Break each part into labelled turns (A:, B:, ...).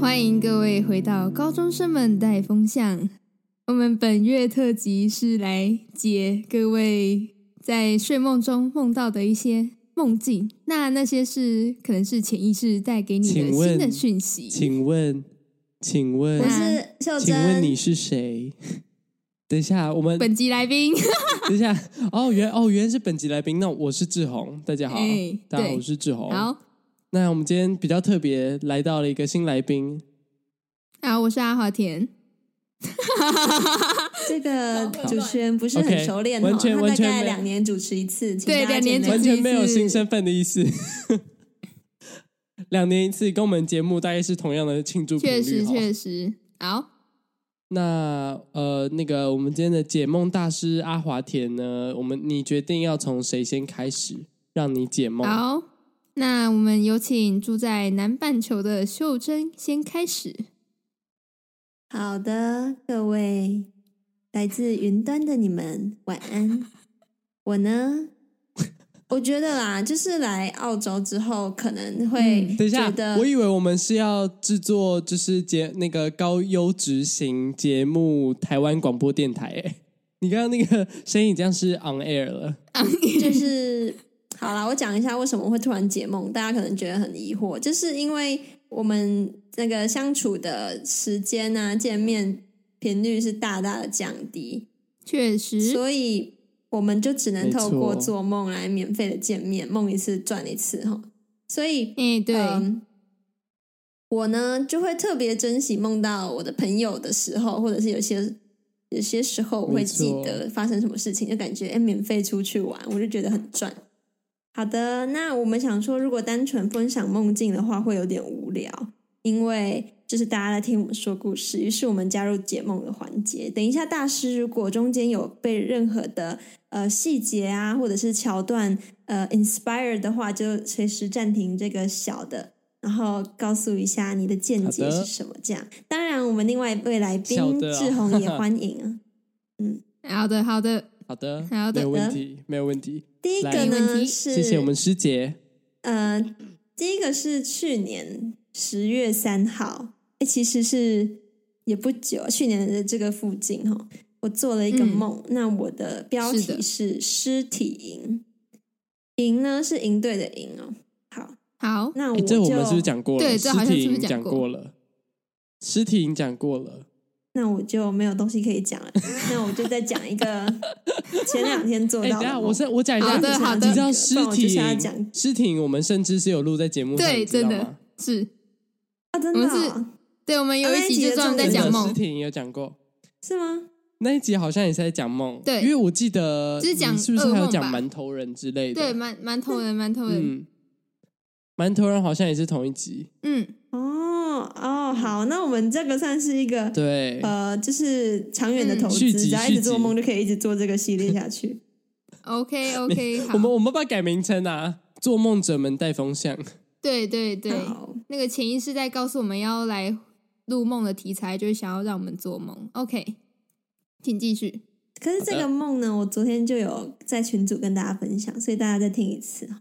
A: 欢迎各位回到高中生们带风向。我们本月特辑是来解各位在睡梦中梦到的一些梦境，那那些是可能是潜意识带给你的
B: 请
A: 新
B: 问
A: 的讯息。
B: 请问，请问
C: 我，
A: 那
C: 是秀
B: 请问
C: 珍，
B: 你是谁？ 等一下，我们
A: 本集来宾，
B: 等一下，哦，原哦原来是本集来宾，那我是志宏，大家好，
A: 哎
B: 大家好，
A: 对
B: 我是志宏。
A: 好
B: 那我们今天比较特别来到了一个新来宾，
A: 啊，我是阿华田。
C: 这个主持人不是很
B: OK，
C: 熟练哦，
B: 完全
C: 他
B: 完
C: 大
B: 全
C: 概
B: 没
C: 两年主持一次，请
A: 对
C: 大家
A: 两年
C: 见谅
A: 主持
B: 完全没有
A: 一次
B: 新身份的意思。 两年一次，跟我们节目大概是哦同样的庆祝频
A: 确
B: 率
A: 实，
B: 哦
A: 确实，好，
B: 那呃，那个我们今天的解梦大师阿华田呢，我们你决定要从谁先开始，让你解梦。
A: 好，那我们有请住在南半球的秀珍先开始。
C: 好的，各位来自云端的你们，晚安。我呢，我觉得啦，就是来澳洲之后，可能会
A: 嗯
B: 等
C: 觉
B: 一下
C: 得，
B: 我以为我们是要制作就是节那个高优质型节目台湾广播电台诶，你刚刚那个声音已经是 on air 了，
C: 就是好啦，我讲一下为什么会突然解梦，大家可能觉得很疑惑，就是因为我们那个相处的时间啊，见面频率是大大的降低，
A: 确实，
C: 所以我们就只能
B: 没
C: 透过
B: 错
C: 做梦来免费的见面，梦一次赚一次哈。所以，
A: 哎、对，
C: 嗯我呢就会特别珍惜梦到我的朋友的时候，或者是有些有些时候我会
B: 没错
C: 记得发生什么事情，就感觉哎免费出去玩，我就觉得很赚。好的，那我们想说，如果单纯分享梦境的话，会有点无聊，因为就是大家在听我们说故事，于是我们加入解梦的环节。等一下，大师如果中间有被任何的呃细节啊，或者是桥段呃 inspire 的话，就随时暂停这个小的，然后告诉一下你的见解
B: 好的
C: 是什么。这样，当然我们另外一位来宾
B: 小的啊
C: 志宏也欢迎啊。
A: 好的，好的，
B: 好的，
A: 好的
B: 没有问题，没有问题，
C: 第一个
B: 来
A: 没问题
C: 呢是
B: 谢谢我们师姐，
C: 呃，第一个是去年十月三号，哎、其实是也不久，啊去年的这个附近哈，我做了一个
A: 嗯
C: 梦。那我的标
A: 是
C: 题
A: 的
C: 是“尸体营”，营呢是营队的营哦。好，
A: 好，
C: 那我
B: 诶
C: 就
B: 欸这我们是不是讲过了？
A: 对
B: 尸
A: 这好像
B: 体
A: 是不是
B: 已经
A: 讲
B: 讲
A: 过
B: 过了？尸体已经讲过了，
C: 那我就没有东西可以讲了。那我就再讲一 个前两天做
B: 哎、
C: 到
B: 等
C: 的哦
B: 一下
C: 梦。
B: 我是我讲一
A: 好
B: 下，
A: 的好的
B: 你知道
C: 不
B: 尸
C: 然我就
B: 体
C: 是要讲
B: 尸体我们甚至是有录在节目上，
A: 对，
B: 你知道
A: 真
B: 吗
A: 的是，
C: 啊，真的
A: 我
C: 哦、
A: 们是对，我们有
C: 啊
A: 一
C: 那一
A: 集
C: 集
A: 就
C: 的
A: 专门
C: 重
A: 在
C: 点
A: 讲
C: 是
B: 尸
A: 梦，
B: 体有讲过。
C: 是吗？
B: 那一集好像也是在讲梦，
A: 对
B: 因为我记得
A: 就是讲
B: 你是不是还有讲
A: 噩梦吧
B: 馒头人之类的？
A: 对，，蛮蛮透的，蛮透的，
B: 嗯，馒头人好像也是同一集，
A: 嗯，
C: 哦哦，好，那我们这个算是一个
B: 对，
C: 呃，就是长远的
A: 嗯
C: 投资，
B: 续集
C: 只要一
B: 续
C: 直做
B: 集
C: 梦就可以一直做这个系列下去。
A: OK OK，
B: 我们
A: 好，
B: 我们把它改名称啊，做梦者们带风向，
A: 对对 对，
C: 好，
A: 那个潜意识在告诉我们要来录梦的题材，就是想要让我们做梦。OK，请继续。
C: 可是这
B: 好的
C: 个梦呢，我昨天就有在群组跟大家分享，所以大家再听一次哈。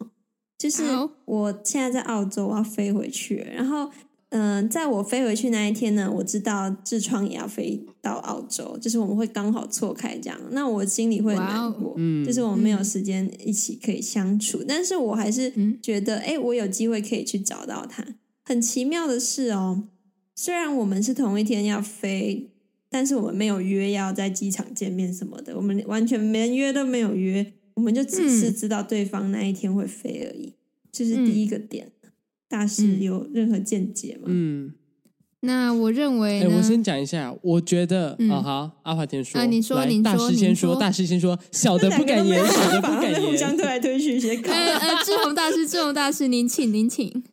C: 就是
A: 好
C: 我现在在澳洲，我要飞回去了，然后嗯、呃在我飞回去那一天呢，我知道痔疮也要飞到澳洲，就是我们会刚好错开这样，那我心里会很
A: 哇
C: 难
A: 哦
C: 过，
B: 嗯
C: 就是我们没有
A: 嗯
C: 时间一起可以相处，但是我还是
A: 嗯
C: 觉得，哎、我有机会可以去找到他。很奇妙的是哦，虽然我们是同一天要飞，但是我们没有约要在机场见面什么的，我们完全连约都没有约，我们就只是
A: 嗯
C: 知道对方那一天会飞而已。这是
A: 嗯
C: 第一个点。大师
A: 嗯
C: 有任何见解吗？
B: 嗯，
A: 那我认为
B: 哎、
A: 呢
B: 我，先讲一下，我觉得、
A: 嗯
B: 啊，好，阿华田说，
A: 啊你说
B: 来
A: 你
B: 大
A: 说
B: 师
A: 你
B: 先
A: 说
B: 大师先说，小
C: 这
B: 的
C: 两
B: 不
C: 个
B: 敢
C: 都没
B: 言
C: 有，
B: 小
C: 办
B: 的
C: 法他
B: 不敢
C: 们互相
B: 言，
C: 推来推去，写 稿。
A: 呃呃，志 宏大师，志宏大师，您请，您请。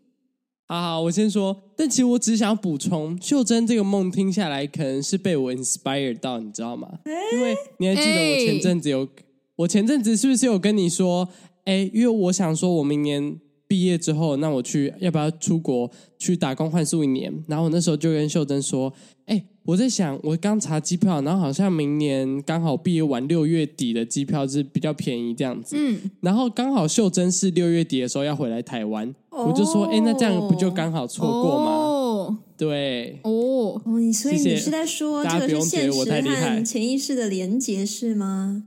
B: 好好，我先说，但其实我只想补充，秀珍这个梦听下来，可能是被我 inspire 到，你知道吗？因为你还记得我前阵子有，我前阵子是不是有跟你说，哎，因为我想说，我明年毕业之后，那我去要不要出国去打工换宿一年？然后我那时候就跟秀珍说，哎，我在想，我刚查机票，然后好像明年刚好毕业完六月底的机票是比较便宜这样子，
A: 嗯，
B: 然后刚好秀珍哎是六月底的时候要回来台湾，我就说，哎、那这样不就刚好错过吗？
A: 哦，
B: 对，
A: 哦，
C: 哦，你所以
B: 谢谢
C: 你是在说
B: 大家
C: 这个
B: 不
C: 是
B: 用觉得
C: 现
B: 我
C: 实
B: 太厉害
C: 和潜意识的连结是吗？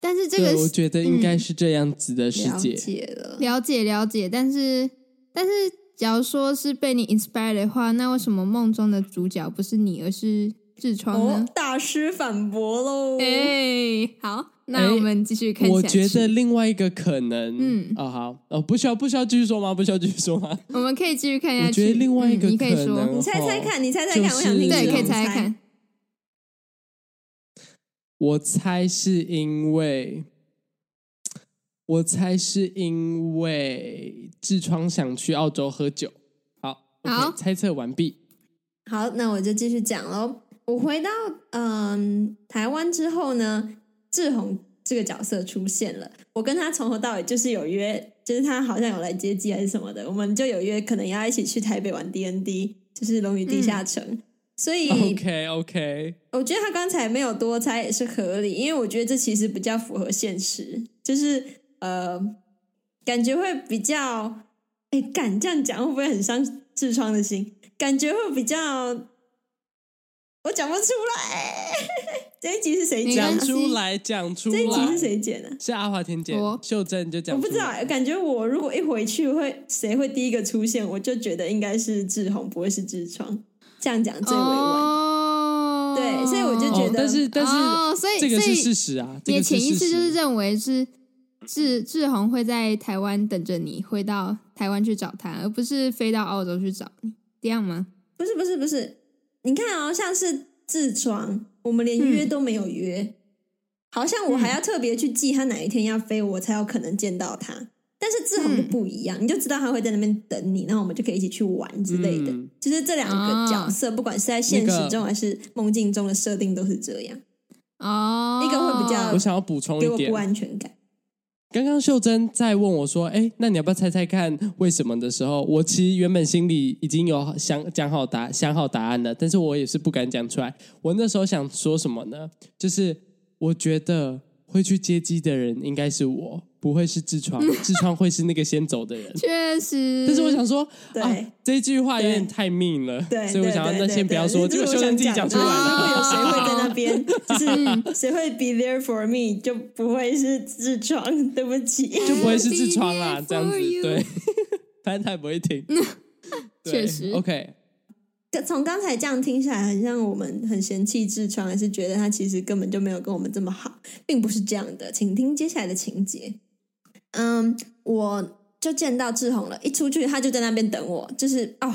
A: 但是这
B: 对，
A: 个
B: 我
A: 是
B: 觉得应该是这样子的世
C: 了
B: 界。
C: 解了，
A: 了解了解，但是但是，假如说是被你 inspire 的话，那为什么梦中的主角不是你，而是痔疮
C: 哦
A: 呢？，
C: 大师反驳喽。
A: 哎、好，那我们继续看
B: 哦我
A: 下去。
B: 觉得另外一个可能，
A: 嗯
B: 哦好，哦不需要不需要继续说吗？不需要继续说吗？
A: 我们可以继续看下
B: 我
A: 去。
B: 觉得另外一个
A: 嗯、你
B: 可
A: 可以说，
B: 能，
C: 你猜猜看，你猜猜
B: 就
C: 看，我想听志
B: 是
A: 对，
C: 宏
A: 可以猜看。
B: 我猜是因为，我猜是因为痔疮想去澳洲喝酒。好，
A: 好
B: o k 猜测完毕。
C: 好，那我就继续讲喽。我回到嗯台湾之后呢，志宏这个角色出现了。我跟他从头到尾就是有约，就是他好像有来接机还是什么的，我们就有约，可能要一起去台北玩 D N D，就是《龙与地下城》所以
B: 嗯 OK OK，
C: 我觉得他刚才没有多猜也是合理，因为我觉得这其实比较符合现实，就是呃，感觉会比较，哎，敢这样讲会不会很伤痔疮的心？感觉会比较，我讲不出来。 这一集是谁
A: 没
C: 剪
B: 讲
A: 关
C: 的？
A: 系
B: 出来，讲出
C: 这一集是
B: 来。
C: 谁剪的？
B: 是阿华田姐
A: 我，
B: 秀珍就
C: 我
B: 讲
C: 不
B: 出
C: 知道，
B: 来。
C: 感觉我如果一回去会谁会第一个出现，我就觉得应该是志宏，不会是痔疮。这样讲最委婉。
A: 哦，
C: 对所以我就觉
B: 哦
C: 得，
B: 但是但是、
A: 哦，所以
B: 这个
A: 所
B: 是
A: 以
B: 事实啊，这
A: 你
B: 个
A: 的
B: 是
A: 潜意
B: 事
A: 识
B: 实
A: 就是认为是志志宏会在台湾等着你，会到台湾去找他，而不是飞到澳洲去找你，这样吗？
C: 不是不是不是，你看哦，像是痔疮，我们连
B: 嗯
C: 约都没有约，好像我还要特别去记他哪一天要飞，我才有可能见到他。但是志宏
B: 嗯
C: 就不一样，你就知道他会在那边等你，然后我们就可以一起去玩之类的。
B: 嗯啊
C: 就是这两个角色，不管是在现实中还是梦境中的设定，都是这样，
A: 哦，
C: 那个会比较
B: 我想要补充
C: 呃给
B: 一
C: 我
B: 点
C: 不，安全感。
B: 刚刚秀珍在问我说：“哎，那你要不要猜猜看为什么？”的时候，我其实原本心里已经有想讲好答想好答案了，但是我也是不敢讲出来。我那时候想说什么呢？就是我觉得会去接机的人应该是我，不会是痔 疮，痔疮会是那个先走的人。
A: 确实。
B: 但是我想说，
C: 对
B: 啊，这句话有点太命了，
C: 对，
B: 所以我
C: 对
B: 想要
C: 对
B: 那
C: 对
B: 先不
C: 对
B: 要说，
C: 这
B: 结
C: 是
B: 果
C: 我
B: 秀
C: 想
B: 珍自己
C: 讲
B: 讲
C: 的
B: 出来嗯
C: 就是如
B: 了。
C: 果有谁会在那边，就是谁会 be there for me，就不会是痔疮。对不起，
B: 就不会是痔疮啦
A: Be there，
B: 这样子
A: for you
B: 对， 反正他也不 会听。对
A: 确实
B: ，OK，
C: 从刚才这样听下来，很像我们很嫌弃痔疮，还是觉得他其实根本就没有跟我们这么好，并不是这样的。请听接下来的情节。嗯，我就见到志宏了，一出去他就在那边等我，就是哦，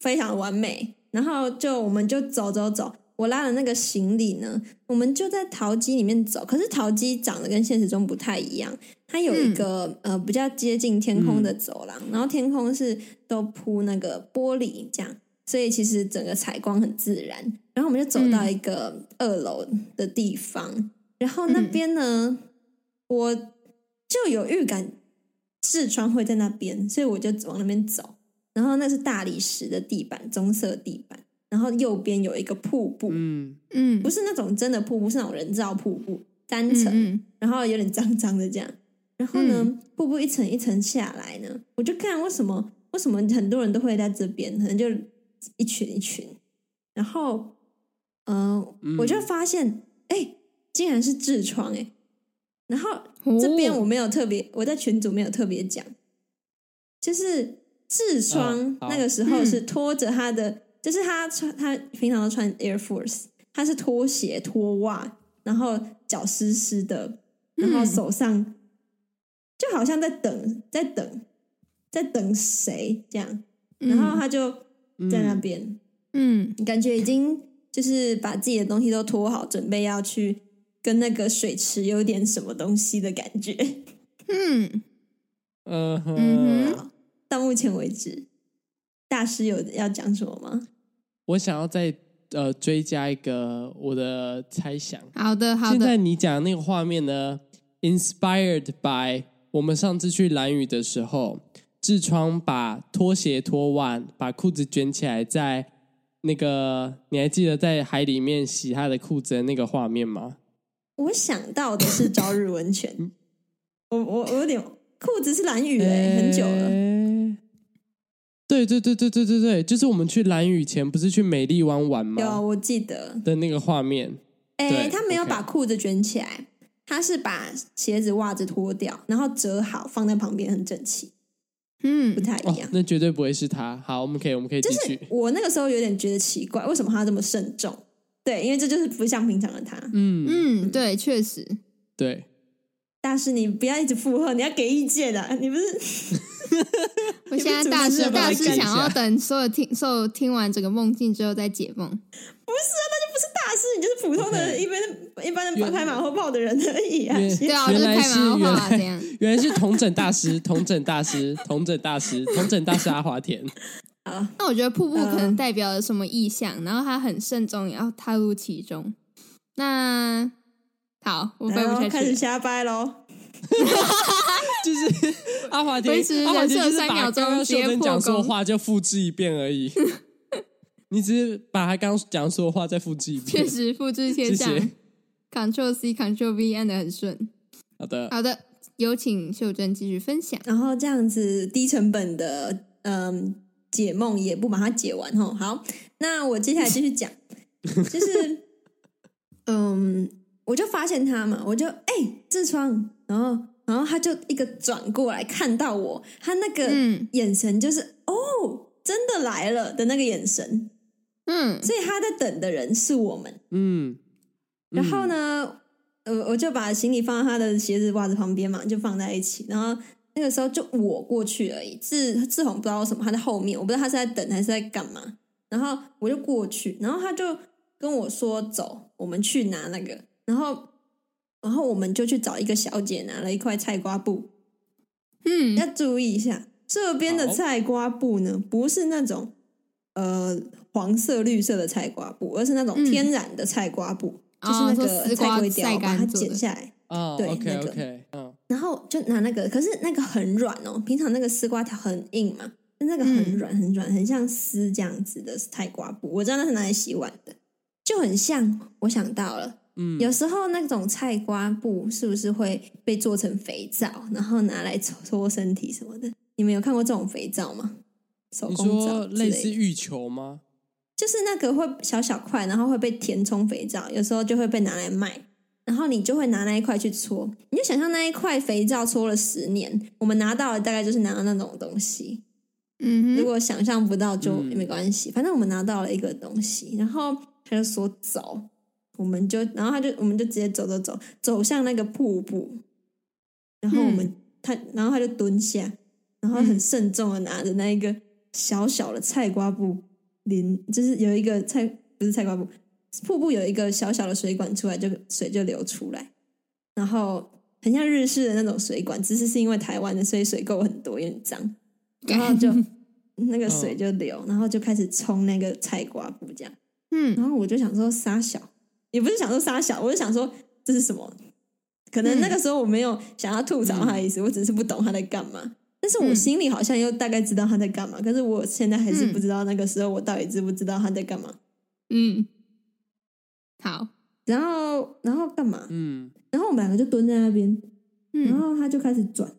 C: 非常完美。然后就我们就走走走，我拉了那个行李呢，我们就在桃机里面走。可是桃机长得跟现实中不太一样，它有一个、呃比较接近天空的走廊，然后天空是都铺那个玻璃这样，所以其实整个采光很自然。然后我们就走到一个二楼的地方，然后那边呢，我就有预感痔疮会在那边，所以我就往那边走。然后那是大理石的地板，棕色地板，然后右边有一个瀑布，
B: 嗯，
A: 嗯，
C: 不是那种真的瀑布，是那种人造瀑布，单
A: 嗯
C: 层，
A: 嗯
C: 然后有点脏脏的这样。然后呢，瀑布一层一层下来呢，我就看为什么为什么很多人都会在这边，可能就一群一群。然后，呃、
B: 嗯
C: 我就发现，哎、竟然是痔疮哎、然后这边
A: 哦
C: 我没有特别，我在群组没有特别讲，就是痔疮
B: 嗯好
C: 那个时候是拖着他的，就是他穿他平常都穿 Air Force，他是拖鞋拖袜，然后脚湿湿的，然后
A: 嗯
C: 手上、就好像在等，在等，在等谁这样，
B: 嗯
C: 然后他就在那边。
A: 嗯
C: 感觉已经就是把自己的东西都拖好，准备要去跟那个水池有点什么东西的感觉。
A: 嗯，嗯
B: 嗯哼，
A: 哼
C: 到目前为止，大师有要讲什么吗？
B: 我想要再呃追加一个我的猜想。
C: 呃
A: 好的好
B: 现
A: 的，
B: 在你讲的那个画面呢，inspired by 我们上次去蓝雨的时候，痔疮把拖鞋脱袜，把裤子卷起来，在那个你还记得在海里面洗他的裤子的那个画面吗？
C: 我想到的是朝日温
B: 嗯
C: 泉，欸我我我有点裤子是蓝雨哎、很久了。
B: 诶对对对对对对对，就是我们去蓝雨前不是去美丽湾玩
C: 有，
A: 啊
C: 啊
B: 吗？
C: 我记得。
B: 的那个画面，
C: 哎，
B: 对
C: 他没有
B: OK
C: 把裤子卷起来，他是把鞋子、袜子脱掉，然后折好放在旁边，很整齐，不
A: 嗯，
C: 太
B: 哦
C: 一样，。
B: 那绝对不会是他。好，我们可以我们可以继续。
C: 我那个时候有点觉得奇怪，为什么他这么慎重？对，因为这就是不像平常的他。
B: 嗯
A: 嗯，对，确实，
B: 对，
C: 大师，你不要一直附和，你要给意见的。你不是
A: 我现在大
C: 你们
A: 师
C: 怎么
A: 大
C: 知道
A: 师
B: 我来看一下
A: 想要等所有听所有听完整个梦境之后再解梦。
C: 大师，你啊就是普通的、
B: OK
C: 一般的、一般的开马后炮的人而已啊。
B: 原
A: 对啊，我就
B: 原
A: 是
B: 来
A: 开
B: 是
A: 马后炮啊，
B: 原来
A: 这 样。
B: 原来是同整大师，同整大师，同整大师，同整大师阿华 田。
A: 那我觉得瀑
C: 呃
A: 布可能代表了什么意象，然后他很慎重，也要踏入其中。那好，我掰
C: 然
A: 不
C: 后
A: 下
C: 开始
A: 去了。
C: 瞎掰喽。
B: 就是阿华田
A: 维持，
B: 阿华
A: 人
B: 田
A: 设
B: 就是
A: 三
B: 把
A: 秒钟
B: 刚刚
A: 直
B: 秀
A: 接
B: 珍
A: 破
B: 讲说的
A: 功
B: 话就复制一遍而 已。你只是把他刚讲说的话再复制一遍
A: 确。实复制贴上
B: 谢谢
A: ，Ctrl C Ctrl V 按的很顺。
B: 好的，
A: 好的，有请秀珍继续分享。
C: 然后这样子低成本的嗯解梦也不把它解完哈。好，那我接下来继续讲，就是嗯，我就发现他嘛，我就哎痔疮，然后然后他就一个转过来看到我，他那个
A: 嗯
C: 眼神就是、哦真的来了的那个眼神，
A: 嗯，
C: 所以他在等的人是我们。
B: 嗯，
C: 然
A: 嗯
C: 后呢，呃，我就把行李放在他的鞋子、袜子旁边嘛，就放在一起。然后那个时候就我过去而已，志志宏不知道为什么他在后面，我不知道他是在等还是在干嘛。然后我就过去，然后他就跟我说：“走，我们去拿那个。”然后，然后我们就去找一个小姐拿了一块菜瓜布，
A: 嗯
C: 要注意一下，这边的
B: 好
C: 菜瓜布呢，不是那种呃黄色、绿色的菜瓜布，而是那种
A: 嗯
C: 天然的菜瓜布，就
A: 哦说
C: 是那个
A: 丝
C: 菜
A: 瓜
C: 龟雕，
A: 晒
C: 把
A: 干
C: 它
A: 做的
C: 剪下来，
B: 啊
C: 对
B: ，OK
C: 那个
B: OK，嗯，
C: 然后就拿那个，可是那个很软哦，平常那个丝瓜条很硬嘛，但那个很
A: 嗯
C: 软很软，很像丝这样子的菜瓜布，我知道那是拿来洗碗的，就很像。我想到了，
B: 嗯
C: 有时候那种菜瓜布是不是会被做成肥皂，然后拿来搓搓身体什么的？你们有看过这种肥皂吗？手
B: 你
C: 工皂
B: 说
C: 之
B: 类
C: 类
B: 似
C: 的，
B: 浴球吗？
C: 就是那个会小小块，然后会被填充肥皂，有时候就会被拿来卖，然后你就会拿那一块去搓，你就想象那一块肥皂搓了十年，我们拿到的大概就是拿到那种东西，
A: 嗯
C: 如
A: 哼，
C: 果想象不到就
B: 嗯
C: 没关系，反正我们拿到了一个东西，然后他就说走，我们就，然后他就我们就直接走走走，走向那个瀑布，然后我们、
A: 嗯
C: 他，然后他就蹲下，然后很慎重的拿着那一个小小的菜瓜布，淋就是有一个菜不是菜瓜布，瀑布有一个小小的水管出来，就水就流出来，然后很像日式的那种水管，只是是因为台湾的，所以水垢很多，有点脏。然后就那个水就流，然后就开始冲那个菜瓜布这样。
A: 嗯，
C: 然后我就想说沙小，也不是想说沙小，我就想说这是什么？可能那个时候我没有想要吐槽他的意思，我只是不懂他在干嘛。但是我
A: 嗯
C: 心里好像又大概知道他在干嘛，可是我现在还是不知道那个时候我到底知不知道他在干嘛。
A: 嗯，好，
C: 然后，然后干嘛？
B: 嗯，
C: 然后我们两个就蹲在那边，然
A: 嗯
C: 后他就开始转，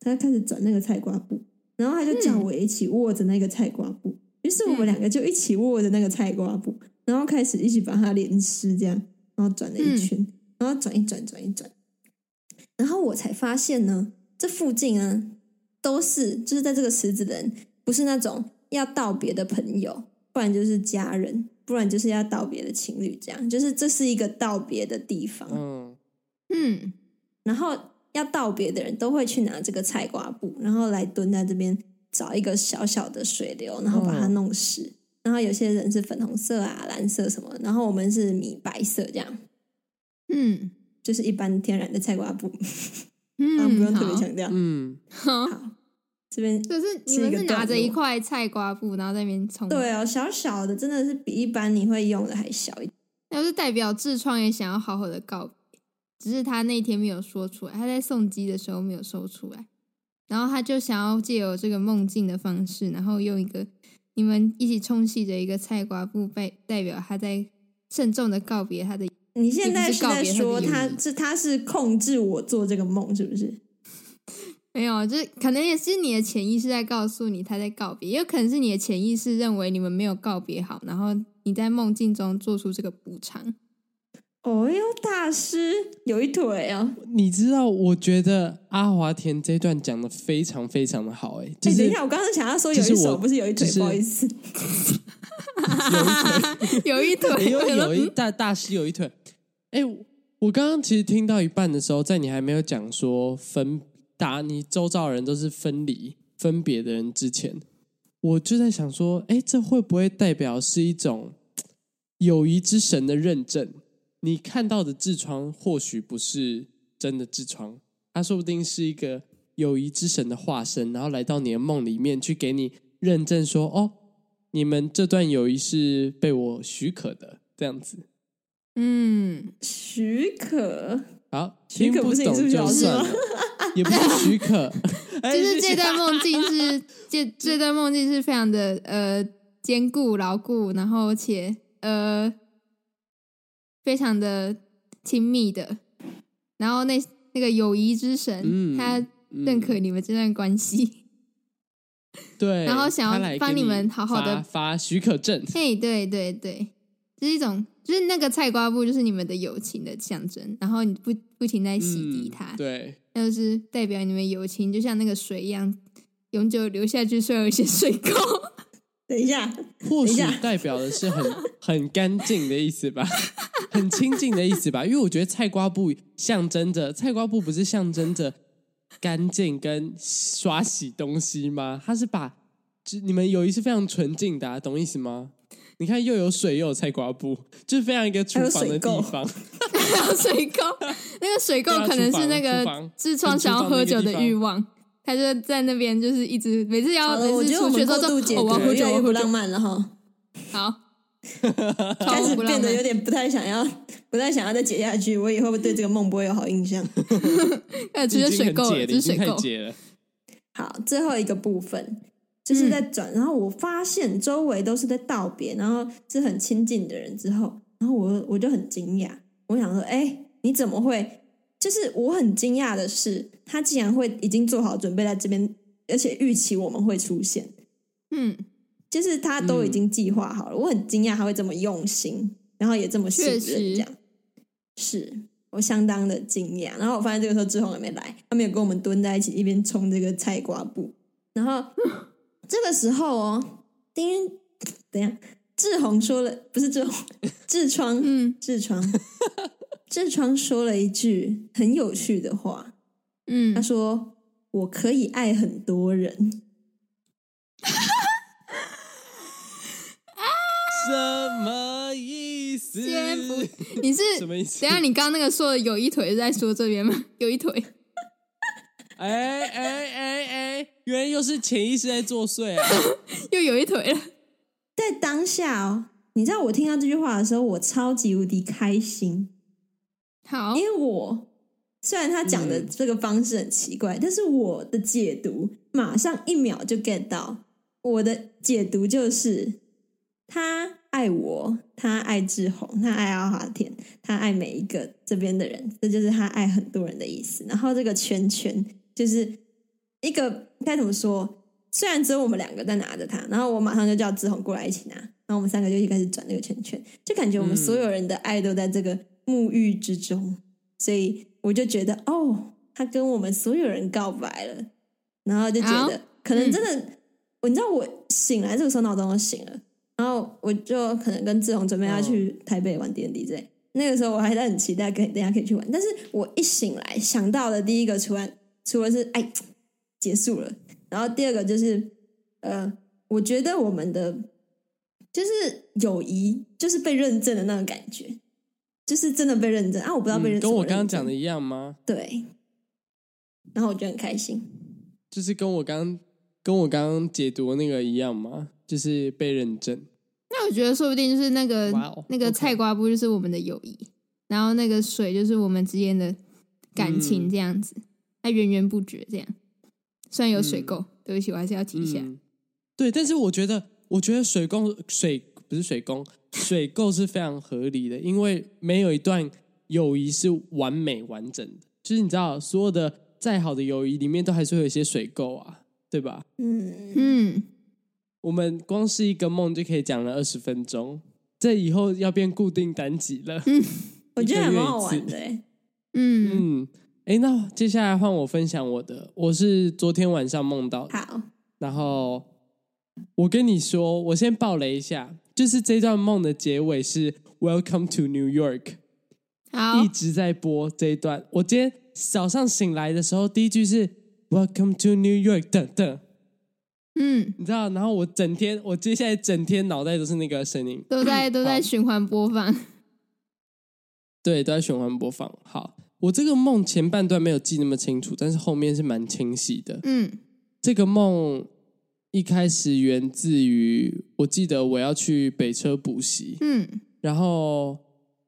C: 他就开始转那个菜瓜布，然后他就叫我一起握着那个菜瓜布，于是我们两个就一起握着那个菜瓜布，然后开始一起把它连吃，这样，然后转了一圈，然后转一转，转一转，然后我才发现呢，这附近啊都是就是在这个池子的人，不是那种要道别的朋友，不然就是家人，不然就是要道别的情侣，这样，就是这是一个道别的地方，
B: 嗯，
A: 嗯
C: 然后要道别的人都会去拿这个菜瓜布，然后来蹲在这边找一个小小的水流，然后把
A: 嗯
C: 它弄湿。然后有些人是粉红色啊、蓝色什么的，然后我们是米白色，这样
A: 嗯
C: 就是一般天然的菜瓜布，啊，
A: 嗯，嗯
C: 不用特别
A: 好
C: 强调。
B: 嗯，
A: 好
C: 好，这边
A: 就是你
C: 是一
A: 们
C: 个
A: 是拿
C: 段
A: 着一
C: 落
A: 块菜瓜布，然后在那边冲。
C: 对哦，小小的真的是比一般你会用的还小一点。
A: 那就代表痔疮也想要好好的告别，只是他那天没有说出来，他在送机的时候没有说出来，然后他就想要借由这个梦境的方式，然后用一个你们一起冲洗的一个菜瓜布代代表他在慎重的告别他的，
C: 你现在
A: 也不
C: 是
A: 是告
C: 在
A: 别
C: 说
A: 它的
C: 他
A: 意义
C: 是他是控制我做这个梦，是不是？
A: 没有，啊就是可能也是你的潜意识在告诉你他在告别，也有可能是你的潜意识认为你们没有告别好，然后你在梦境中做出这个补偿。
C: 哦哟，大师有一腿哦！
B: 你知道，我觉得阿华田这段讲的非常非常的好、哎，就
C: 哎，
B: 是
C: 等
B: 有
C: 一
B: 一
C: 下，我刚刚想要说有
B: 就是
C: 一
B: 我
C: 手，不是有一腿，
B: 就是
C: 不好意思。
B: 腿，
A: 有一腿，
B: 也有
A: 我想说嗯
B: 有一大大师有一腿。哎、我刚刚其实听到一半的时候，在你还没有讲说分打你周遭的人都是分离分别的人之前，我就在想说，哎、这会不会代表是一种嘖友谊之神的认证？你看到的痔疮或许不是真的痔疮，它说不定是一个友谊之神的化身，然后来到你的梦里面去给你认证说，哦，你们这段友谊是被我许可的，这样子。
A: 嗯，
C: 许可，
B: 好，
C: 许
B: 听
C: 可不是
B: 懂
C: 你是不是
B: 就
C: 老师
B: 算了，也不是许可， 哎
A: 就
B: 就是
A: 这段梦境 是这这段梦境是非常的呃坚固牢固，然后且呃非常的亲密的，然后那那个友谊之神、
B: 嗯
A: 他认可你们这段关系，
B: 嗯对，
A: 然后想要
B: 他来给
A: 帮你
B: 你
A: 们好好地
B: 发发许可证，
A: 嘿，对对对，这是一种就是那个菜瓜布就是你们的友情的象征，然后你不不停在洗
B: 嗯
A: 涤它，
B: 对，
A: 那就是代表你们友情就像那个水一样永久流下去，虽然有些水垢。
C: 等一下，
A: 哦
B: 或许
C: 等一下
B: 代表的是很 很干净的意思吧， 很清净的意思吧，因为我觉得菜瓜布象征着菜瓜布不是象征着干净跟刷洗东西吗？它是把就你们友谊是非常纯净的、啊，懂意思吗？你看，又有水又有菜瓜布，就是非常一个厨
C: 还有
B: 房的
C: 水
B: 地
C: 垢
B: 方。
A: 还有水 垢，那个水
B: 对
A: 垢
B: 啊
A: 可能
B: 厨
A: 是
B: 房
A: 那个
B: 厨房
A: 痔疮想要喝酒的欲望，他就在那边就是一直每次要
C: 好了，我
A: 每
C: 觉
A: 次
C: 得我
A: 出去
C: 们
A: 都
C: 过
A: 说
C: 度解
A: 哦我要
C: 读
A: 喝
C: 越
A: 酒，
C: 来
A: 我要
C: 越不
A: 喝
C: 浪
A: 酒，
C: 漫了哈。
A: 好，
C: 开
A: 超
C: 始
A: 不
C: 变
A: 浪
C: 得有
A: 漫，
C: 点不太想要，不太想要再解下去。我以后对这个梦不会有好印象。
A: 呃，只
B: 已
A: 是
B: 经
A: 水
B: 很
A: 垢
B: 解
A: 了，
B: 了
A: 只
B: 已
A: 是
B: 经
A: 水
B: 太
A: 垢，
B: 解了。
C: 好，最后一个部分就是在转，然后我发现周围都是在道别，然后是很亲近的人之后，然后我我就很惊讶，我想说，哎、你怎么会？就是我很惊讶的是，他竟然会已经做好准备在这边，而且预期我们会出现，
A: 嗯，
C: 就是他都已经计划好了。我很惊讶他会这么用心，然后也这么信
A: 确实
C: 任，这样是我相当的惊讶。然后我发现这个时候志宏还没来，他没有跟我们蹲在一起，一边冲这个菜瓜布。然 后这个时候哦，丁等一下，志宏说了，不是志 宏，痔疮，
A: 嗯
C: 痔疮， 痔疮说了一句很有趣的话，他
A: 嗯，
C: 说：“我可以爱很多人。”
B: 什么意思？
A: 先不，你是
B: 什
A: 等
B: 么意思
A: 一？下你刚刚那个说的有一腿是在说这边吗？有一腿，
B: 哎哎哎哎，原来又是潜意识在作祟啊！
A: 又有一腿了，
C: 在当下哦，你知道我听到这句话的时候，我超级无敌开心，
A: 好
C: 因，为我虽然他讲的
B: 嗯
C: 这个方式很奇怪，但是我的解读马上一秒就 get 到，我的解读就是他爱我，他爱志宏，他爱阿华田，他爱每一个这边的人，这就是他爱很多人的意思。然后这个圈圈就是一个该怎么说？虽然只有我们两个在拿着它，然后我马上就叫志宏过来一起拿，然后我们三个就一开始转那个圈圈，就感觉我们
B: 嗯
C: 所有人的爱都在这个沐浴之中，所以我就觉得哦，他跟我们所有人告白了，然后就觉得
A: 好
C: 可能真的，我你知道我醒来这个时候脑中就醒了，然后我就可能跟志宏准备要去台北玩 D N D 之类。那个时候我还在很期待可以等一下可以去玩，但是我一醒来想到的第一个除了除了是哎结束了，然后第二个就是呃，我觉得我们的就是友谊就是被认证的那种感觉，就是真的被认证啊！我不知道被认、
B: 嗯
C: 证，
B: 跟我刚刚讲的一样吗？
C: 对，然后我就很开心，
B: 就是跟我刚跟我刚刚解读的那个一样吗？就是被认证。
A: 那我觉得说不定就是那个
B: 哇哦
A: 那个
B: OK
A: 菜瓜布就是我们的友谊，然后那个水就是我们之间的感情
B: 嗯
A: 这样子，它源源不绝这样。虽然有水垢，对不起，我还是要提一下。
B: 嗯。对，但是我觉得，我觉得水工水不是水工，水垢是非常合理的，因为没有一段友谊是完美完整的。就是你知道，所有的再好的友谊里面都还是会有一些水垢啊，对吧？
C: 嗯，
A: 嗯，
B: 我们光是一个梦就可以讲了二十分钟，这以后要变固定单集了。
C: 我觉得还蛮好
B: 一个月
C: 玩
B: 一次
C: 的哎。
A: 嗯，
B: 嗯，哎，那接下来换我分享我的，我是昨天晚上梦到的，
C: 好，
B: 然后我跟你说，我先爆雷一下，就是这段梦的结尾是 Welcome to New York。
A: 好
B: 一，直在播这一段。我今天早上醒来的时候，第一句是 “Welcome to New York” 等等，
A: 嗯，
B: 你知道？然后我整天，我接下来整天脑袋都是那个声音，
A: 都 在都在
B: 好
A: 循环播放。
B: 对，都在循环播放。好，我这个梦前半段没有记那么清楚，但是后面是蛮清晰的。
A: 嗯
B: 这个梦一开始源自于，我记得我要去北车补习，
A: 嗯
B: 然后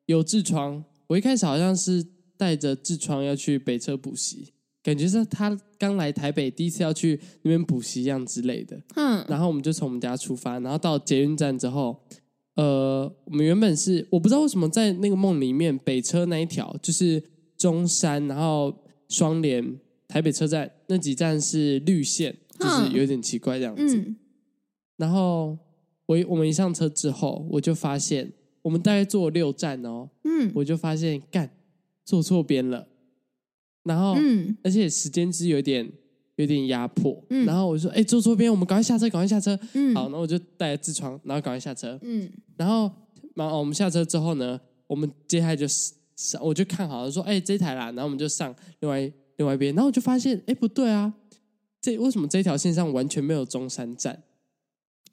B: 有痔疮，我一开始好像是带着痔疮要去北车补习，感觉是他刚来台北第一次要去那边补习一样之类的。
A: 哼，
B: 然后我们就从我们家出发，然后到捷运站之后，呃，我们原本是我不知道为什么在那个梦里面，北车那一条就是中山，然后双连台北车站那几站是绿线，就是
A: 嗯
B: 有点奇怪这样子。
A: 嗯
B: 然后我一我们一上车之后，我就发现我们大概坐了六站哦，
A: 嗯
B: 我就发现干坐错边了，然后、
A: 嗯
B: 而且时间是有点有点压迫，
A: 嗯
B: 然后我就说哎、坐错边，我们赶快下车，赶快下车。
A: 嗯，
B: 好，，那我就带着痔疮，然后赶快下车。
A: 嗯
B: 然后，然后我们下车之后呢，我们接下来就上，我就看好了说，哎、这台啦，然后我们就上另外另外一边，然后我就发现，哎、不对啊，这为什么这条线上完全没有中山站？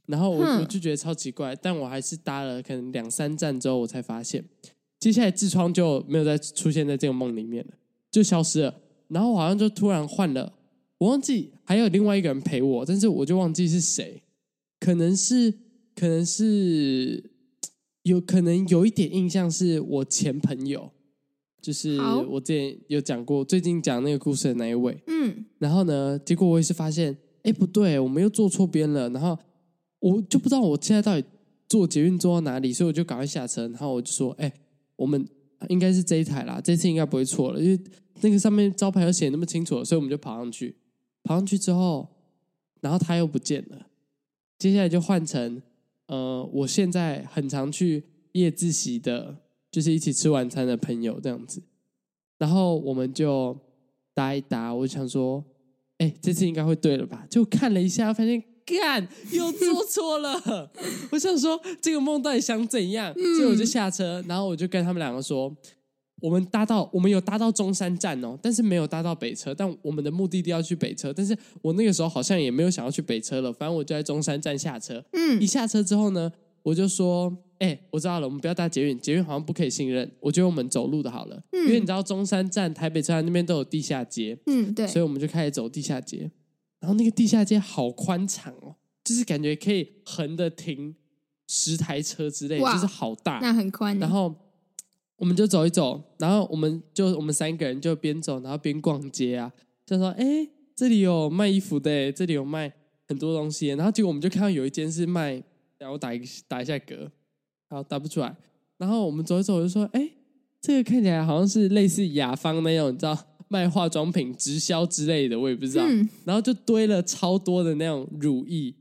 B: 然后我
A: 哼
B: 我就觉得超奇怪，但我还是搭了可能两三站之后，我才发现，接下来痔疮就没有再出现在这个梦里面了，就消失了。然后我好像就突然换了，我忘记还有另外一个人陪我，但是我就忘记是谁，可能是可能是有可能有一点印象是我前朋友，就是
A: 好
B: 我之前有讲过，最近讲那个故事的那一位。
A: 嗯
B: 然后呢，结果我也是发现，哎，不对，我们又坐错边了。然后我就不知道我现在到底坐捷运坐到哪里，所以我就赶快下车。然后我就说，哎，我们应该是这一台啦，这次应该不会错了，因为那个上面招牌有写那么清楚，所以我们就跑上去。跑上去之后，然后他又不见了。接下来就换成，呃，我现在很常去夜自习的，就是一起吃晚餐的朋友这样子。然后我们就搭一搭，我就想说，哎、这次应该会对了吧？就看了一下，发现干又做错了。 我想说这个梦到底想怎样？所以我就下车，然后我就跟他们两个说，我们搭到我们有搭到中山站哦，但是没有搭到北车，但我们的目的地要去北车，但是我那个时候好像也没有想要去北车了，反正我就在中山站下车。一
A: 嗯
B: 下车之后呢，我就说：“哎、我知道了，我们不要搭捷运，捷运好像不可以信任，我觉得我们走路的好了，
A: 嗯
B: 因为你知道中山站、台北车站那边都有地下街，
A: 嗯，对，
B: 所以我们就开始走地下街。然后那个地下街好宽敞哦，就是感觉可以横的停十台车之类，
A: 哇
B: 就是好大。
A: 那很宽。
B: 然后我们就走一走，然后我们就我们三个人就边走，然后边逛街啊，就说：“哎，这里有卖衣服的耶，这里有卖很多东西耶。”然后结果我们就看到有一间是卖，然后我打一个打一下嗝，好打不出来。然后我们走一走，我就说：“哎，这个看起来好像是类似雅芳那种，你知道卖化妆品直销之类的，我也不知道。
A: 嗯
B: 然后就堆了超多的那种乳液，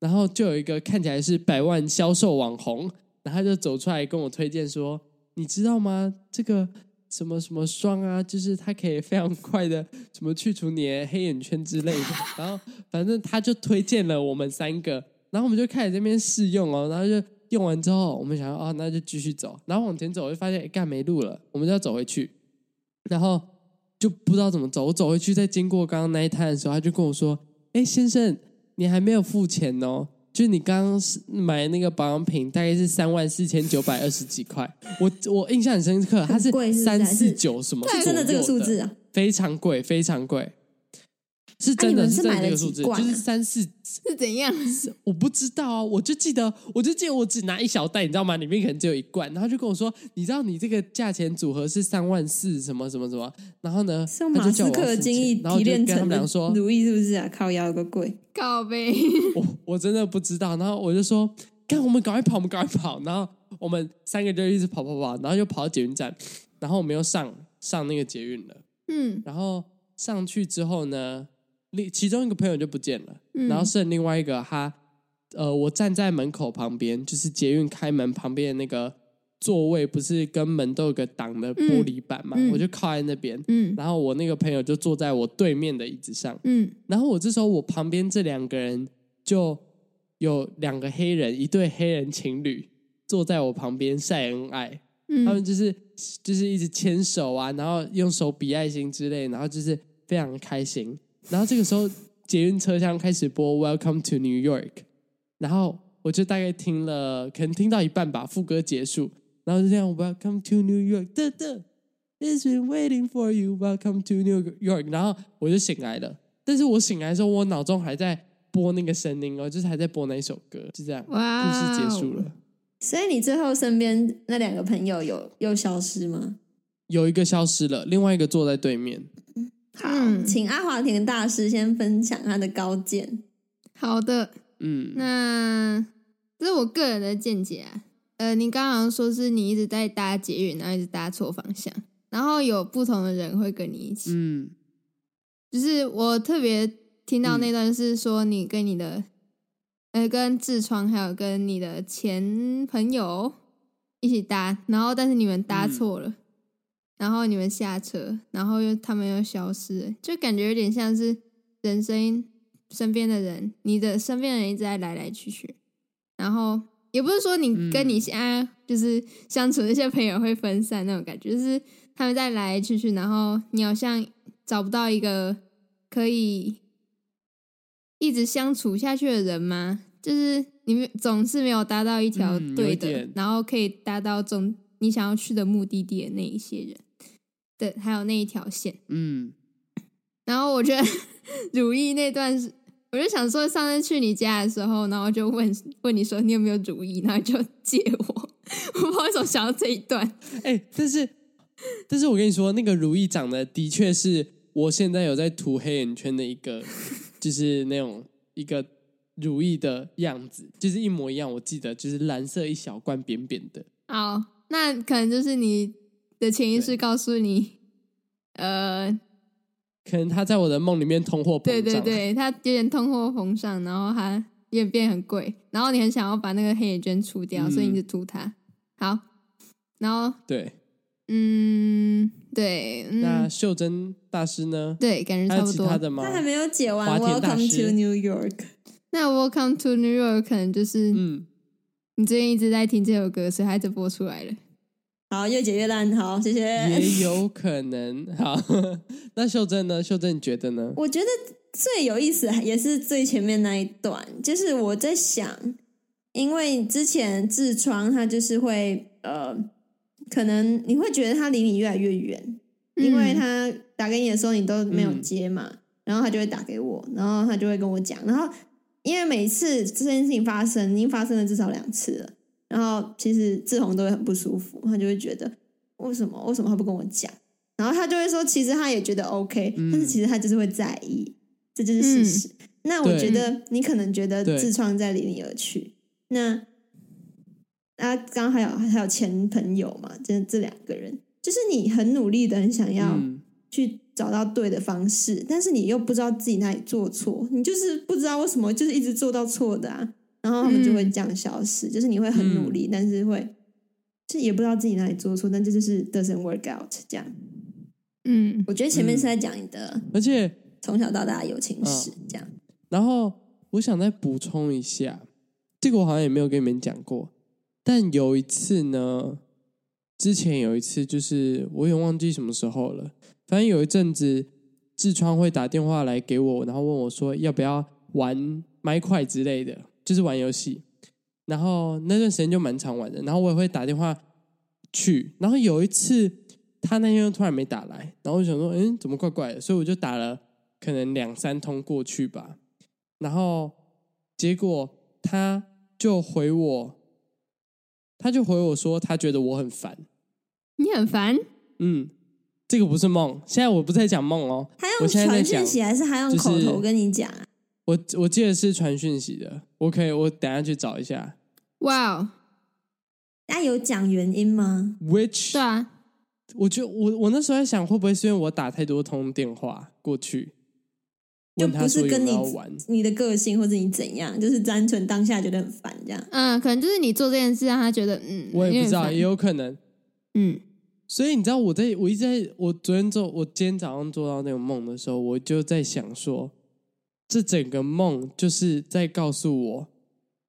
B: 然后就有一个看起来是百万销售网红，然后他就走出来跟我推荐说：“你知道吗？这个什么什么霜啊，就是它可以非常快的什么去除你的黑眼圈之类的。” 然后反正他就推荐了我们三个，然后我们就开始这边试用哦，然后就用完之后，我们想哦，那就继续走，然后往前走，我就发现哎干没路了，我们就要走回去，然后就不知道怎么走，我走回去再经过刚刚那一摊的时候，他就跟我说：“哎，先生，你还没有付钱哦。”就是你刚刚是买那个保养品，大概是三万四千九百二十几块，我我印象很深刻，它
C: 很贵是不是
B: 三
C: 还
B: 四
C: 是
B: 九什么左
C: 是
B: 右，
C: 真的这个数字啊？
B: 非常贵，非常贵，是真
C: 啊
B: 的、
C: 你们
B: 是
C: 是
B: 真的
C: 买
B: 这
C: 了
B: 个
C: 几
B: 数字，
C: 罐
B: 就
C: 啊
B: 是三四
A: 是怎样？
B: 我不知道啊，我就记得，我就记得我只拿一小袋，你知道吗？里面可能只有一罐，然后就跟我说，你知道你这个价钱组合是三万四什么什么什么，然后呢，
C: 是用
B: 他
C: 马
B: 就叫
C: 斯
B: 我
C: 克
B: 要
C: 的
B: 付
C: 精益
B: 钱然后
C: 提
B: 我就
C: 炼
B: 跟他
C: 成
B: 们
C: 的
B: 俩说，
C: 如意是不是啊？靠腰有个贵，
A: 告呗。
B: 我我真的不知道，然后我就说，干，我们赶快跑，我们赶快跑，然后我们三个就一直跑跑跑，然后就跑到捷运站，然后我们又上上那个捷运了。
A: 嗯
B: 然后上去之后呢，另其中一个朋友就不见了，
A: 嗯
B: 然后剩另外一个他，呃，我站在门口旁边，就是捷运开门旁边的那个座位，不是跟门都有个挡的玻璃板嘛，
A: 嗯嗯
B: 我就靠在那边，
A: 嗯
B: 然后我那个朋友就坐在我对面的椅子上，
A: 嗯
B: 然后我这时候我旁边这两个人就有两个黑人，一对黑人情侣坐在我旁边晒恩爱，他们
A: 嗯
B: 就是就是一直牵手啊，然后用手比爱心之类，然后就是非常开心。然后这个时候捷运车厢开始播《Welcome to New York》，然后我就大概听了，可能听到一半吧，副歌结束，然后就这样 Welcome to New York，的的，It's been waiting for you. Welcome to New York。然后我就醒来了，但是我醒来的时候，我脑中还在播那个声音哦，就是还在播那一首歌，就这样，故
A: 哇哦
B: 事结束了。
C: 所以你最后身边那两个朋友有又消失吗？
B: 有一个消失了，另外一个坐在对面。
C: 好，
A: 嗯
C: 请阿华田大师先分享他的高见。
A: 好的，
B: 嗯，
A: 那这是我个人的见解啊。呃，你刚刚好像说是你一直在搭捷运，然后一直搭错方向，然后有不同的人会跟你一起。
B: 嗯，
A: 就是我特别听到那段是说你跟你的，呃，跟痔疮还有跟你的前朋友一起搭，然后但是你们搭错了，然后你们下车，然后又他们又消失了，就感觉有点像是人生身边的人，你的身边的人一直在来来去去，然后也不是说
B: 嗯
A: 你跟你现在就是相处的一些朋友会分散那种感觉，就是他们在来来去去，然后你好像找不到一个可以一直相处下去的人吗？就是你们总是没有搭到一条
B: 嗯有
A: 对
B: 一
A: 的，
B: 点
A: 然后可以搭到总你想要去的目的地的那一些人，对，还有那一条线。
B: 嗯，
A: 然后我觉得 如意那段是，我就想说，上次去你家的时候，然后就问问你说你有没有如意，然后你就借我。我不知道为什么想到这一段，
B: 哎、但是，但是我跟你说，那个如意长得的确是我现在有在涂黑眼圈的一个，就是那种一个如意的样子，就是一模一样。我记得就是蓝色一小罐扁扁的，
A: 好，那可能就是你的潜意识
B: 对
A: 告诉你，呃，
B: 可能他在我的梦里面通货膨胀。
A: 对对， 对，它有点通货膨胀，然后它也变很贵，然后你很想要把那个黑眼圈除掉，所以你
B: 嗯
A: 就涂它。好，然后
B: 对。
A: 嗯，对，
B: 那
A: 嗯，
B: 秀珍大师呢？
A: 对，感觉差
B: 还有
A: 不
B: 其
A: 多。
B: 他的吗
C: 他？还没有解完
B: 华田大
C: ，Welcome
B: 师
C: to New York。
A: 那 Welcome to New York 可能就是
B: 嗯，
A: 你最近一直在听这首歌，所以它就播出来了。
C: 好，越解越烂，好，谢谢。
B: 也有可能。好， 那秀珍呢？秀珍你觉得呢？
C: 我觉得最有意思也是最前面那一段，就是我在想，因为之前痔疮它就是会呃，可能你会觉得它离你越来越远，因为
A: 嗯
C: 他打给你的时候你都没有
B: 嗯
C: 接嘛，然后他就会打给我，然后他就会跟我讲，然后因为每次这件事情发生，已经发生了至少两次了，然后其实志宏都会很不舒服，他就会觉得为什么为什么他不跟我讲，然后他就会说其实他也觉得 OK，、
B: 嗯
C: 但是其实他就是会在意，这就是事实。那我觉得你可能觉得
B: 对
C: 痔疮在离你而去，那啊，刚刚还有还有前朋友嘛，这这两个人，就是你很努力的很想要
B: 嗯
C: 去找到对的方式，但是你又不知道自己哪里做错，你就是不知道为什么就是一直做到错的啊，然后他们就会这样消失，就是你会很努力，但是会就也不知道自己哪里做错，但这就是 doesn't work out 这样。
A: 嗯
C: 我觉得前面
B: 嗯
C: 是在讲你的
B: 而且
C: 从小到大的友情史，这样。
B: 然后我想再补充一下，这个我好像也没有跟你们讲过，但有一次呢，之前有一次就是我也忘记什么时候了，反正有一阵子痔疮会打电话来给我，然后问我说要不要玩麦块之类的，就是玩游戏。然后那段时间就蛮常玩的，然后我也会打电话去。然后有一次他那天又突然没打来，然后我就想说，嗯，怎么怪怪的？所以我就打了可能两三通过去吧。然后结果他就回我，他就回我说他觉得我很烦。
A: 你很烦，
B: 嗯，这个不是梦，现在我不是在讲梦哦，
C: 他
B: 我
C: 用
B: 现在在
C: 传
B: 讲
C: 讯息还是他用
B: 就是
C: 口头跟你讲啊？
B: 我我记得是传讯息的，我可以我等一下去找一下
A: 哇、哦，
C: 他有讲原因吗？
B: ，which
A: 对啊，
B: 我觉得我我那时候在想，会不会是因为我打太多通电话过去，
C: 就
B: 问他
C: 不是
B: 说有
C: 跟
B: 没
C: 你
B: 有要玩？
C: 你的个性或者你怎样，就是单纯当下觉得很烦这样。
A: 嗯，可能就是你做这件事让他觉得嗯，
B: 我也不
A: 有
B: 知道，
A: 点
B: 也有可能。
A: 嗯
B: 所以你知道我在我一直在我昨天做我今天早上做到那个梦的时候，我就在想说，这整个梦就是在告诉我，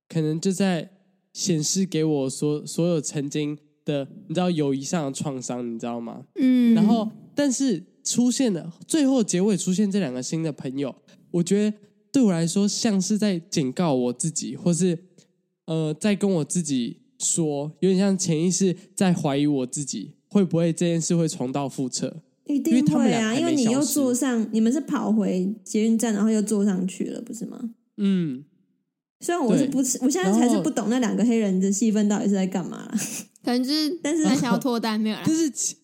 B: 可能就在显示给我所所有曾经的你知道友谊上的创伤，你知道吗？
A: 嗯，
B: 然后但是出现了最后结尾出现这两个新的朋友，我觉得对我来说像是在警告我自己，或是呃在跟我自己说，有点像潜意识在怀疑我自己会不会这件事会重蹈覆辙。
C: 一
B: 因为
C: 定
B: 他们
C: 会
B: 俩
C: 啊，
B: 还
C: 因为
B: 没
C: 你
B: 消
C: 又
B: 失
C: 坐上，你们是跑回捷运站，然后又坐上去了，不是吗？
B: 嗯，
C: 虽然我是
B: 对
C: 不吃，我现在
B: 然后
C: 还是不懂那两个黑人的戏份到底是在干嘛啦。
A: 可能就是
C: 但是
A: 他想要脱单没有啦
B: 就，是其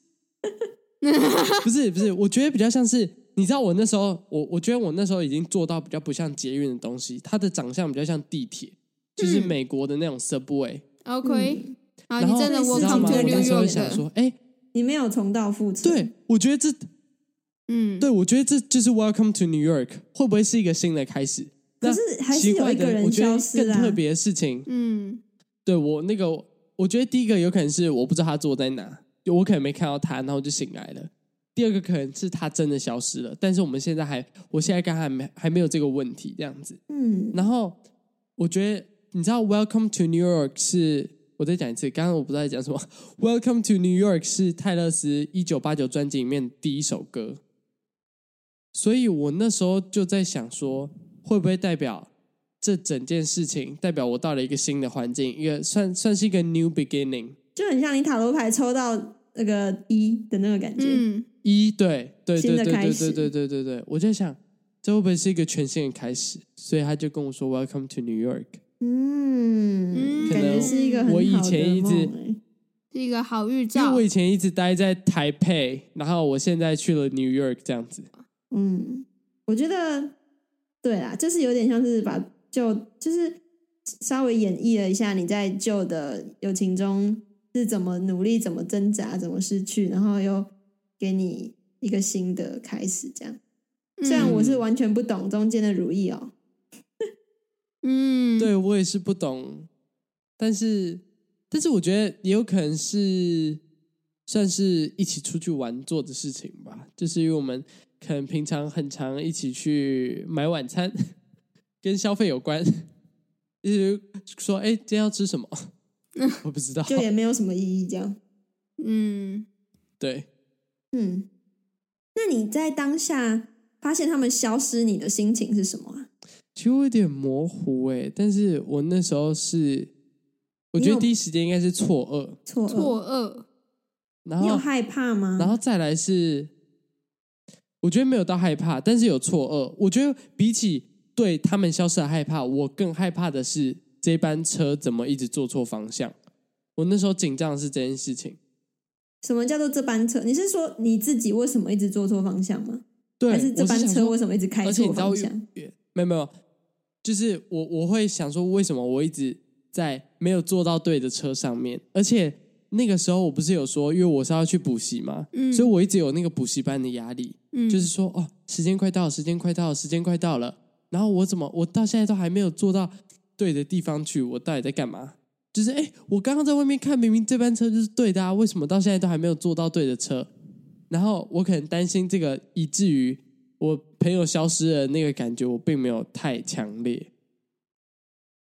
B: 不是不是，我觉得比较像是，你知道我那时候，我我觉得我那时候已经做到比较不像捷运的东西，它的长相比较像地铁，就是
A: 嗯
B: 美国的那种 subway、
A: OK，、好，
B: 嗯
C: 嗯
A: 啊
B: 然
A: 你
B: 后
A: 真的
C: 你
B: 你
A: 我
B: 知道
A: 仿
B: 吗？
A: 佛
B: 我
A: 纽
B: 那时候
A: 约
B: 就想
A: 的，
B: 说，哎、
C: 你没有重蹈覆辙，
B: 对，我觉得这
A: 嗯，
B: 对，我觉得这就是 Welcome to New York，会不会是一个新的开始？
C: 可
B: 那
C: 是还是
B: 奇
C: 有
B: 怪
C: 一个
B: 的，我
C: 人
B: 觉得
C: 消失
B: 更
C: 啊
B: 特。别的事情，
A: 嗯
B: 对我那个，我觉得第一个有可能是我不知道他坐在哪，就我可能没看到他，然后我就醒来了。第二个可能是他真的消失了，但是我们现在还，我现在刚还没还没有这个问题这样子。
C: 嗯，
B: 然后我觉得，你知道 Welcome to New York 是我再讲一次，刚刚我不知道在讲什么。Welcome to New York 是泰勒斯一九八九专辑里面第一首歌，所以我那时候就在想说，会不会代表这整件事情代表我到了一个新的环境，一个算算是一个 new beginning。
C: 就很像你塔罗牌抽到那个一的那个感觉。
A: 嗯，
B: 一对对
C: 新
B: 对
C: 的
B: 对
C: 开
B: 对
C: 始
B: 对对对对对，我在想这会不会是一个全新的开始？所以他就跟我说 Welcome to New York。
C: 嗯，
A: 嗯
C: 感觉是一个很
B: 我以
C: 好的
B: 前一直
C: 梦欸
A: 是一个好预
B: 因为
A: 兆
B: 我，以前一直待在台北，然后我现在去了 New York 这样子。
C: 嗯，我觉得对啦，就是有点像是把旧，就是稍微演绎了一下你在旧的友情中是怎么努力、怎么挣扎、怎么失去，然后又给你一个新的开始。这样，虽然
A: 嗯
C: 我是完全不懂中间的如意哦，
A: 嗯，
B: 对我也是不懂，但是但是我觉得也有可能是算是一起出去玩做的事情吧，就是因为我们可能平常很常一起去买晚餐， 跟消费有关，一直说哎、今天要吃什 么，我不知道，
C: 就也没有什么意义。这样，
A: 嗯，
B: 对。
C: 嗯，那你在当下发现他们消失，你的心情是什么啊？
B: 其实我有点模糊哎、但是我那时候是，我觉
C: 你
B: 得
C: 有
B: 第一时间应该是错愕，
C: 错愕，
A: 错愕，
B: 然
C: 你有
B: 后
C: 害怕吗？
B: 然后再来是，我觉得没有到害怕，但是有错愕。我觉得比起对他们消失的害怕，我更害怕的是这班车怎么一直坐错方向。我那时候紧张的是这件事情，
C: 什么叫做这班车？你是说你自己为什么一直坐错方向吗？
B: 对
C: 还，是这
B: 我
C: 班
B: 想
C: 车
B: 说
C: 为什么一直开
B: 而且你
C: 错
B: 知道
C: 方
B: 我
C: 向？
B: 没有没有，就是我我会想说，为什么我一直在没有坐到对的车上面？而且那个时候我不是有说，因为我是要去补习嘛，
A: 嗯
B: 所以我一直有那个补习班的压力，
A: 嗯，
B: 就是说哦，时间快到了，时间快到了，时间快到了，然后我怎么我到现在都还没有坐到对的地方去？我到底在干嘛？就是哎，我刚刚在外面看，明明这班车就是对的啊，为什么到现在都还没有坐到对的车？然后我可能担心这个，以至于我朋友消失的那个感觉，我并没有太强烈。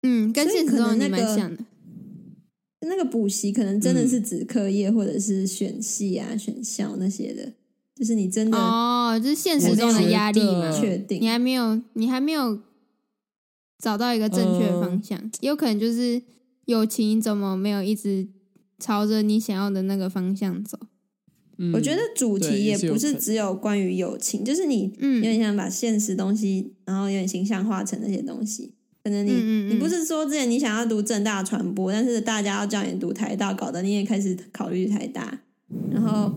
A: 嗯，跟
C: 所以
A: 现实
C: 可能
A: 中你
C: 那
A: 蛮
C: 个
A: 像的，
C: 那个补习可能真的
B: 嗯
C: 是指课业或者是选系啊、选校那些的，就是你真的
A: 哦，就是现实中的压力
B: 我觉
A: 嘛
B: 得，
C: 确
A: 你
C: 定。
A: 还没有，你还没有找到一个正确的方
C: 嗯
A: 向，也有可能就是友情怎么没有一直朝着你想要的那个方向走，
B: 嗯，
C: 我觉得主
B: 对
C: 题
B: 也
C: 也
B: 是有
C: 不是
B: 可能
C: 只有关于友情，就是你有
A: 嗯
C: 点想把现实东西，然后有点形象化成那些东西。可能你
A: 嗯嗯嗯
C: 你不是说之前你想要读正大传播，但是大家要叫你读台大，搞得你也开始考虑台大，然后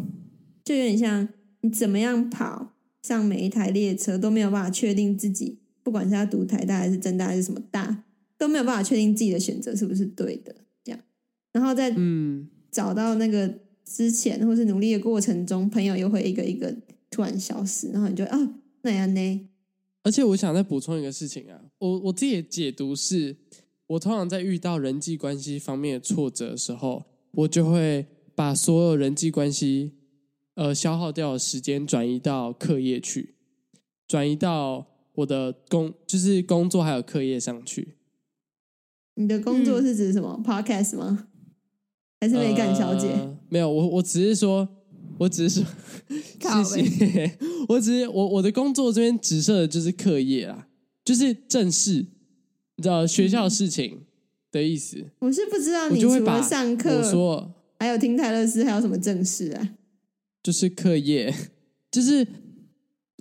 C: 就有点像你怎么样跑上每一台列车都没有办法确定自己，不管是要读台大还是正大还是什么大，都没有办法确定自己的选择是不是对的，这样，然后再
B: 嗯，
C: 找到那个之前或是努力的过程中，朋友又会一个一个突然消失，然后你就啊那样呢？
B: 而且我想再补充一个事情啊，我我自己的解读是，我通常在遇到人际关系方面的挫折的时候，我就会把所有人际关系呃消耗掉的时间转移到课业去，转移到我的工就是工作还有课业上去。
C: 你的工
B: 嗯
C: 作是指什么、podcast 吗？还是美感小姐？
B: 呃没有，我我只是说，我只是说，
A: 靠
B: 谢谢。 我只是我我的工作这边直射的就是课业啦，就是正事，你知道学校的事情的意思。
C: 我是不知道
B: 我
C: 你
B: 就
C: 除
B: 会把
C: 了上
B: 我
C: 课，
B: 说
C: 还有听泰勒斯，还有什么正事啊？
B: 就是课业，就是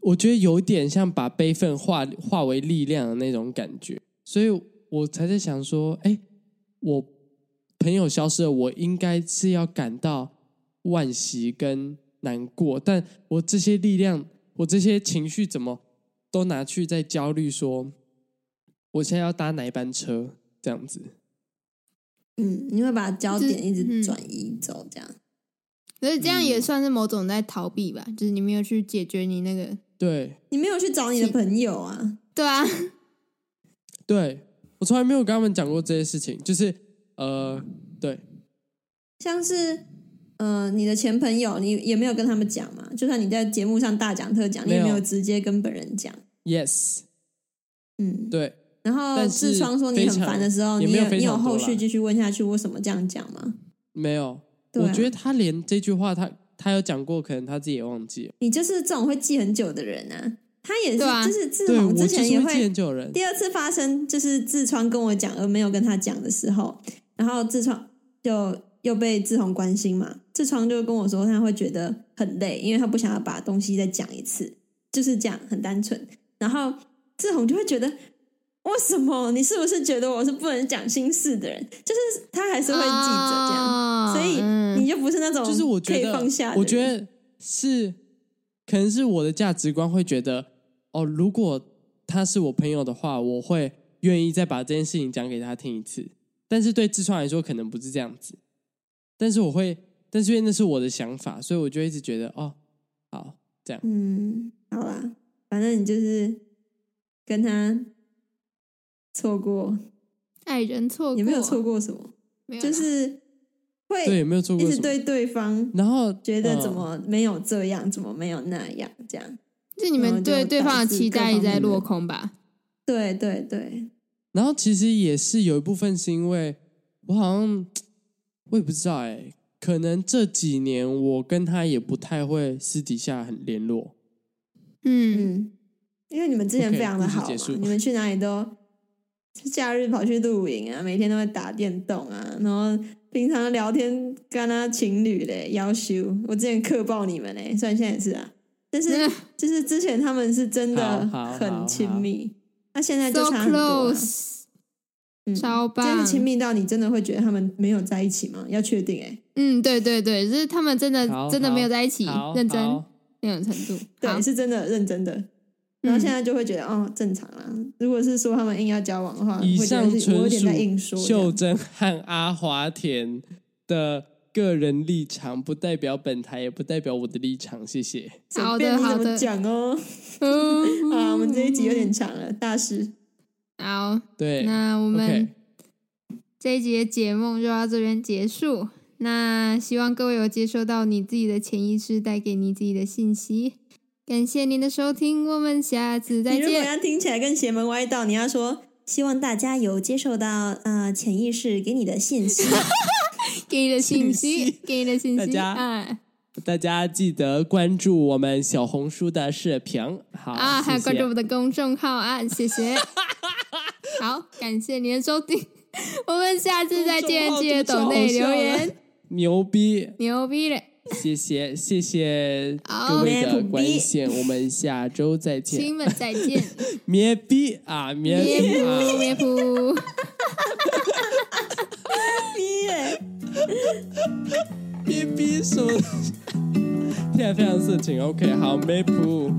B: 我觉得有点像把悲愤化化为力量的那种感觉，所以我才在想说，哎，我朋友消失了，我应该是要感到惋惜跟难过，但我这些力量，我这些情绪怎么都拿去在焦虑说，我现在要搭哪一班车这样子。
C: 嗯，你会把焦
A: 就是
C: 点一直
A: 嗯
C: 转移走，这样。
A: 所以这样
C: 嗯
A: 也算是某种在逃避吧，就是你没有去解决你那个，
B: 对
C: 你没有去找你的朋友啊？
A: 对 啊，
B: 对，我从来没有跟他们讲过这些事情，就是呃，对。
C: 像是，呃，你的前朋友，你也没有跟他们讲嘛？就算你在节目上大讲特讲，你也
B: 没
C: 没
B: 有
C: 有直接跟本人讲。
B: Yes，
C: 嗯，
B: 对，
C: 然后
B: 但是
C: 痔疮说你很烦的时候，
B: 非常也
C: 你
B: 没有非
C: 你有
B: 常多
C: 后
B: 啦
C: 续继续问下去，为什么这样讲吗？
B: 没有。
C: 对啊
B: 我觉得他连这句话他他有讲过，可能他自己也忘记了。
C: 你就是这种会记很久的人啊。他也是，
A: 对啊
C: 就是自
B: 对，我
C: 从之
B: 就是
C: 前也
B: 会记很久的人。
C: 第二次发生就是痔疮跟我讲而没有跟他讲的时候，然后痔疮就又被志宏关心嘛，痔疮就跟我说他会觉得很累，因为他不想要把东西再讲一次，就是这样很单纯。然后志宏就会觉得。为什么你是不是觉得我是不能讲心事的人？就是他还是会记着这样，
A: 哦
C: 所以你就不是那种
B: 啊嗯就是我
C: 可
B: 觉
C: 以
B: 得
C: 放下的，人。
B: 我觉得是，可能是我的价值观会觉得，哦，如果他是我朋友的话，我会愿意再把这件事情讲给他听一次。但是对痔疮来说，可能不是这样子。但是我会，但是因为那是我的想法，所以我就一直觉得，哦，好，这样。
C: 嗯，好啦，反正你就是跟他错过，
A: 爱人错过啊
C: 也没有错，过什么，
A: 没有啦
C: 就是
B: 对，
C: 会
B: 有没有做
C: 一
B: 过什
C: 直
B: 么？
C: 对对方
B: 然后
C: 觉得怎
B: 嗯
C: 么没有这样，怎么没有那样，这样。
A: 就你
C: 然后
A: 们
C: 嗯就
A: 对对方的
C: 导致
A: 期
C: 各
A: 待一直
C: 方
A: 在
C: 面的
A: 落空吧？
C: 对对对，
B: 然后其实也是有一部分是因为我好像我也不知道哎、可能这几年我跟他也不太会私底下很联络。
A: 嗯，
C: 嗯，因为你们之前
B: OK，
C: 非常的
B: 故事
C: 好嘛
B: 结束
C: 你们去哪里都假日跑去露营啊，每天都会打电动啊，然后平常聊天跟他情侣嘞，要求我之前克爆你们嘞，虽然现在也是啊，但 是就是之前他们是真的
B: 好好
C: 很亲密，那现在
A: so
C: 就差很多啊、
A: close，
C: 嗯
A: 超
C: 真
A: 棒
C: 的，亲密到你真的会觉得他们没有在一起吗？要确定哎、
A: 嗯，对对对，就是他们真的
B: 好
A: 真的
B: 好
A: 没有在一起
B: 好，，
A: 认真
B: 好
A: 那种程度，好嗯
C: 对，是真的认真的。然后现在就会觉得、哦，正常啦。如果是说他们硬要交往的话，
B: 以
C: 会觉
B: 上
C: 得是我有
B: 纯
C: 点
B: 属
C: 在硬说这
B: 秀
C: 样。
B: 珍和阿华田的个人立场，不代表本台，也不代表我的立场。谢谢。
A: 好
C: 随便
A: 的
C: 你
A: 好
C: 怎
A: 的
C: 么，讲哦。
A: 嗯
C: 啊，我们这一集有点长了，大师。
A: 好，
B: 对，
A: 那我
B: OK
A: 们这一集的解梦就到这边结束。那希望各位有接收到你自己的潜意识带给你自己的信息。感谢您的收听，我们下次再
C: 你如果
A: 见。
C: 要听起来更邪门歪道，你要说希望大家有接受到呃潜意识给你的信 息。
A: 给你的信
B: 信
A: 息，给你的信
B: 大
A: 息，
B: 家
A: 啊
B: 大家记得关注我们小红书的视频。好
A: 啊，还有
B: 谢
A: 关
B: 谢
A: 注我们的公众号啊，谢谢。好，感谢您的收听，我们下次再见，记得抖内留言，
B: 牛逼。
A: 牛逼了，
B: 谢谢谢谢
A: 好
B: 各位的
C: Map
B: 关
C: B
B: 心，我们下周再见。
A: 亲们 再见，
B: 咩逼啊咩
A: 咩
B: 逼
A: 噗
B: 啊！
A: 咩噗。
C: 逼嘞
B: 咩逼什么？听起来非常色情。OK，好咩噗。